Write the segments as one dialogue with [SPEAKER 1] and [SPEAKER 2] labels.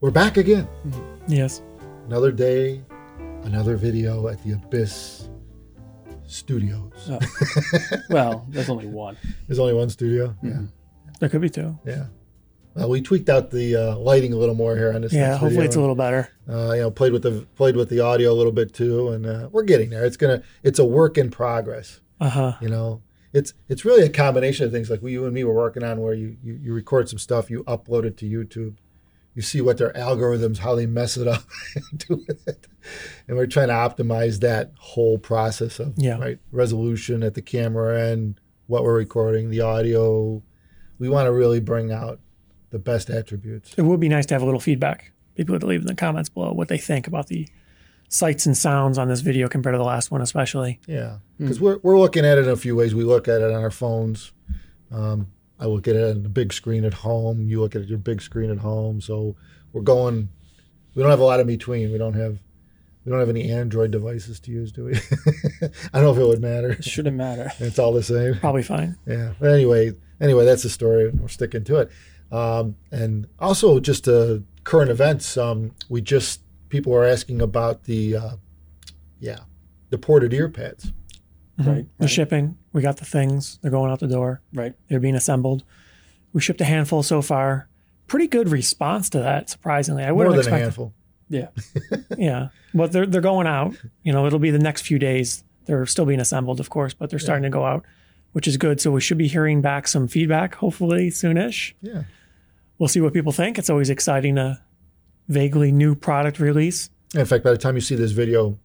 [SPEAKER 1] We're back again.
[SPEAKER 2] Yes.
[SPEAKER 1] Another day, another video at the Abyss Studios.
[SPEAKER 2] Oh. well, there's only one.
[SPEAKER 1] There's only one studio.
[SPEAKER 2] Mm-hmm. There could be two.
[SPEAKER 1] Yeah. Yeah. Uh, we tweaked out the uh, lighting a little more here on this.
[SPEAKER 2] Yeah,
[SPEAKER 1] next
[SPEAKER 2] hopefully
[SPEAKER 1] video.
[SPEAKER 2] it's a little better.
[SPEAKER 1] Uh, you know, played with the played with the audio a little bit too, and uh, we're getting there. It's gonna. It's a work in progress.
[SPEAKER 2] Uh huh.
[SPEAKER 1] you know it's it's really a combination of things like we, you and me were working on where you, you you record some stuff you upload it to youtube you see what their algorithms how they mess it up and do with it and we're trying to optimize that whole process of
[SPEAKER 2] Yeah.
[SPEAKER 1] right resolution at the camera end what we're recording the audio we want to really bring out the best attributes
[SPEAKER 2] It would be nice to have a little feedback. People to leave in the comments below what they think about the sights and sounds on this video compared to the last one, especially.
[SPEAKER 1] Yeah, because we're we're looking at it in a few ways. We look at it on our phones. Um, I look at it on the big screen at home. You look at your big screen at home. So we're going. We don't have a lot in between. We don't have. We don't have any Android devices to use, do we? I don't know if it would matter.
[SPEAKER 3] Shouldn't matter.
[SPEAKER 1] It's all the same.
[SPEAKER 2] Probably fine.
[SPEAKER 1] Yeah. But anyway, anyway, that's the story. and We're sticking to it. Um, and also, just uh, current events. Um, we just people are asking about the, uh, yeah, the ported ear pads.
[SPEAKER 2] Mhm.
[SPEAKER 3] Right,
[SPEAKER 2] The
[SPEAKER 3] right.
[SPEAKER 2] shipping. We got the things. They're going out the door.
[SPEAKER 3] Right.
[SPEAKER 2] They're being assembled. We shipped a handful so far. Pretty good response to that, surprisingly. I
[SPEAKER 1] More
[SPEAKER 2] wouldn't
[SPEAKER 1] than a
[SPEAKER 2] expect.
[SPEAKER 1] handful.
[SPEAKER 3] Yeah.
[SPEAKER 2] Yeah. But they're they're going out. You know, it'll be the next few days. They're still being assembled, of course, but they're starting to go out, which is good. So we should be hearing back some feedback, hopefully soonish.
[SPEAKER 1] Yeah.
[SPEAKER 2] We'll see what people think. It's always exciting a vaguely new product release.
[SPEAKER 1] In fact, by the time you see this video,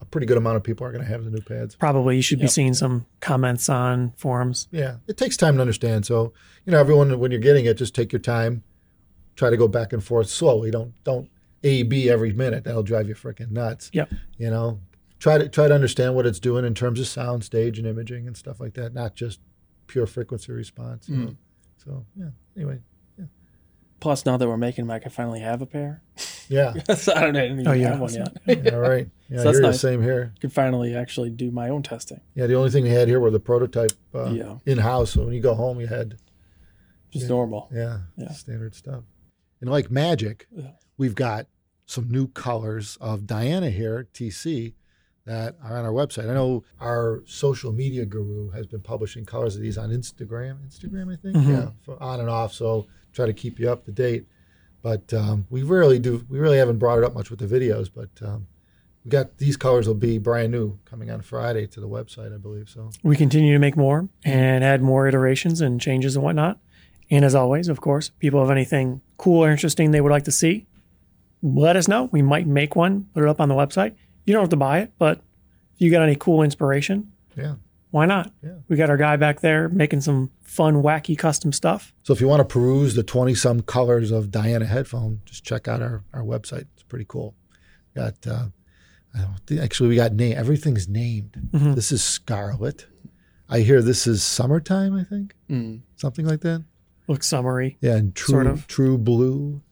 [SPEAKER 1] a pretty good amount of people are going to have the new pads.
[SPEAKER 2] Probably you should be
[SPEAKER 3] Yep.
[SPEAKER 2] seeing some comments on forums.
[SPEAKER 1] Yeah, it takes time to understand. So, you know, everyone when you're getting it, just take your time. Try to go back and forth slowly. Don't don't A B every minute. That'll drive you freaking nuts.
[SPEAKER 2] Yep.
[SPEAKER 1] You know, try to try to understand what it's doing in terms of sound, stage, and imaging and stuff like that. Not just pure frequency response. you
[SPEAKER 3] Mm.
[SPEAKER 1] know. So yeah. Anyway,
[SPEAKER 3] Plus, now that we're making them, I can finally have a pair.
[SPEAKER 1] yeah.
[SPEAKER 3] so I don't even
[SPEAKER 2] Oh,
[SPEAKER 3] have
[SPEAKER 2] yeah.
[SPEAKER 3] one yet.
[SPEAKER 1] All right. Yeah,
[SPEAKER 3] So that's
[SPEAKER 1] you're the
[SPEAKER 3] nice.
[SPEAKER 1] same here.
[SPEAKER 3] I can finally actually do my own testing.
[SPEAKER 1] Yeah, the only thing they had here were the prototype uh,
[SPEAKER 3] Yeah.
[SPEAKER 1] in house. So when you go home, you had
[SPEAKER 3] Just
[SPEAKER 1] Yeah.
[SPEAKER 3] normal.
[SPEAKER 1] Yeah,
[SPEAKER 3] Yeah.
[SPEAKER 1] standard stuff. And like magic,
[SPEAKER 3] Yeah.
[SPEAKER 1] we've got some new colors of Diana here, TC, that are on our website. I know our social media guru has been publishing colors of these on Instagram. Instagram, I think.
[SPEAKER 3] Mm-hmm.
[SPEAKER 2] Mhm.
[SPEAKER 1] Yeah, for on and off. So try to keep you up to date. But um, we really do. We really haven't brought it up much with the videos, but. Um, we got these colors will be brand new coming on Friday to the website, I believe. So
[SPEAKER 2] We continue to make more and add more iterations and changes and whatnot. And as always, of course, if people have anything cool or interesting they would like to see, let us know. We might make one, put it up on the website. You don't have to buy it, but if you got any cool inspiration,
[SPEAKER 1] yeah.
[SPEAKER 2] why not?
[SPEAKER 1] Yeah.
[SPEAKER 2] We got our guy back there making some fun, wacky custom stuff.
[SPEAKER 1] So if you want to peruse the 20 some colors of Diana headphone, just check out our, our website. It's pretty cool. Got uh, I don't think, actually we got name. Everything's named.
[SPEAKER 2] Mhm.
[SPEAKER 1] This is Scarlet. I hear this is summertime. I think
[SPEAKER 3] Mm.
[SPEAKER 1] something like that.
[SPEAKER 2] Looks summery.
[SPEAKER 1] Yeah, and true
[SPEAKER 2] Sort of.
[SPEAKER 1] true blue.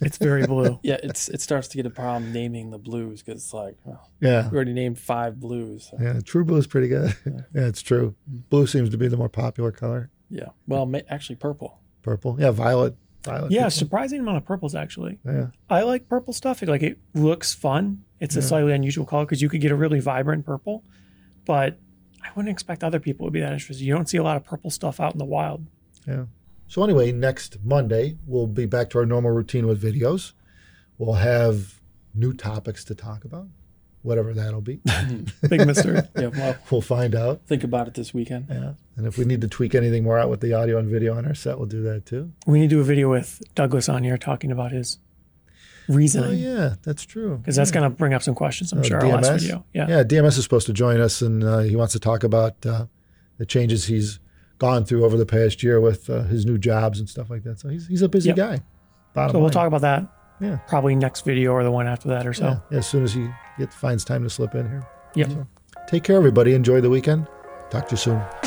[SPEAKER 2] It's very blue.
[SPEAKER 3] Yeah, it's it starts to get a problem naming the blues because it's like well,
[SPEAKER 1] Yeah,
[SPEAKER 3] we already named five blues. So,
[SPEAKER 1] yeah. True blue is pretty good. yeah, it's true.
[SPEAKER 2] Mm.
[SPEAKER 1] Blue seems to be the more popular color.
[SPEAKER 3] yeah. Well, ma- actually, purple.
[SPEAKER 1] Purple. Yeah, violet. Violet.
[SPEAKER 2] yeah, surprising amount of purples actually.
[SPEAKER 1] Yeah.
[SPEAKER 2] I like purple stuff. It, like it looks fun. It's a slightly unusual color because you could get a really vibrant purple, but I wouldn't expect other people would be that interested. You don't see a lot of purple stuff out in the wild.
[SPEAKER 1] So anyway, next Monday we'll be back to our normal routine with videos. We'll have new topics to talk about, whatever that'll be.
[SPEAKER 2] Big mystery.
[SPEAKER 3] Yeah. Well,
[SPEAKER 1] we'll find out.
[SPEAKER 3] think about it this weekend.
[SPEAKER 1] Yeah. And if we need to tweak anything more out with the audio and video on our set, we'll do that too.
[SPEAKER 2] we need to do a video with Douglas on here talking about his
[SPEAKER 1] Oh
[SPEAKER 2] reasoning
[SPEAKER 1] yeah, that's true.
[SPEAKER 2] because that's going to bring up some questions. I'm
[SPEAKER 1] Oh,
[SPEAKER 2] sure our last video. Yeah.
[SPEAKER 1] DMS is supposed to join us, and uh, he wants to talk about uh, the changes he's gone through over the past year with uh, his new jobs and stuff like that. So he's he's a busy
[SPEAKER 2] Yep.
[SPEAKER 1] guy. Bottom
[SPEAKER 2] So we'll
[SPEAKER 1] line.
[SPEAKER 2] talk about that.
[SPEAKER 1] Yeah.
[SPEAKER 2] Probably next video or the one after that or so.
[SPEAKER 1] Yeah, as soon as he get, finds time to slip in here.
[SPEAKER 2] Yep.
[SPEAKER 1] Take care, everybody. Enjoy the weekend. Talk to you soon.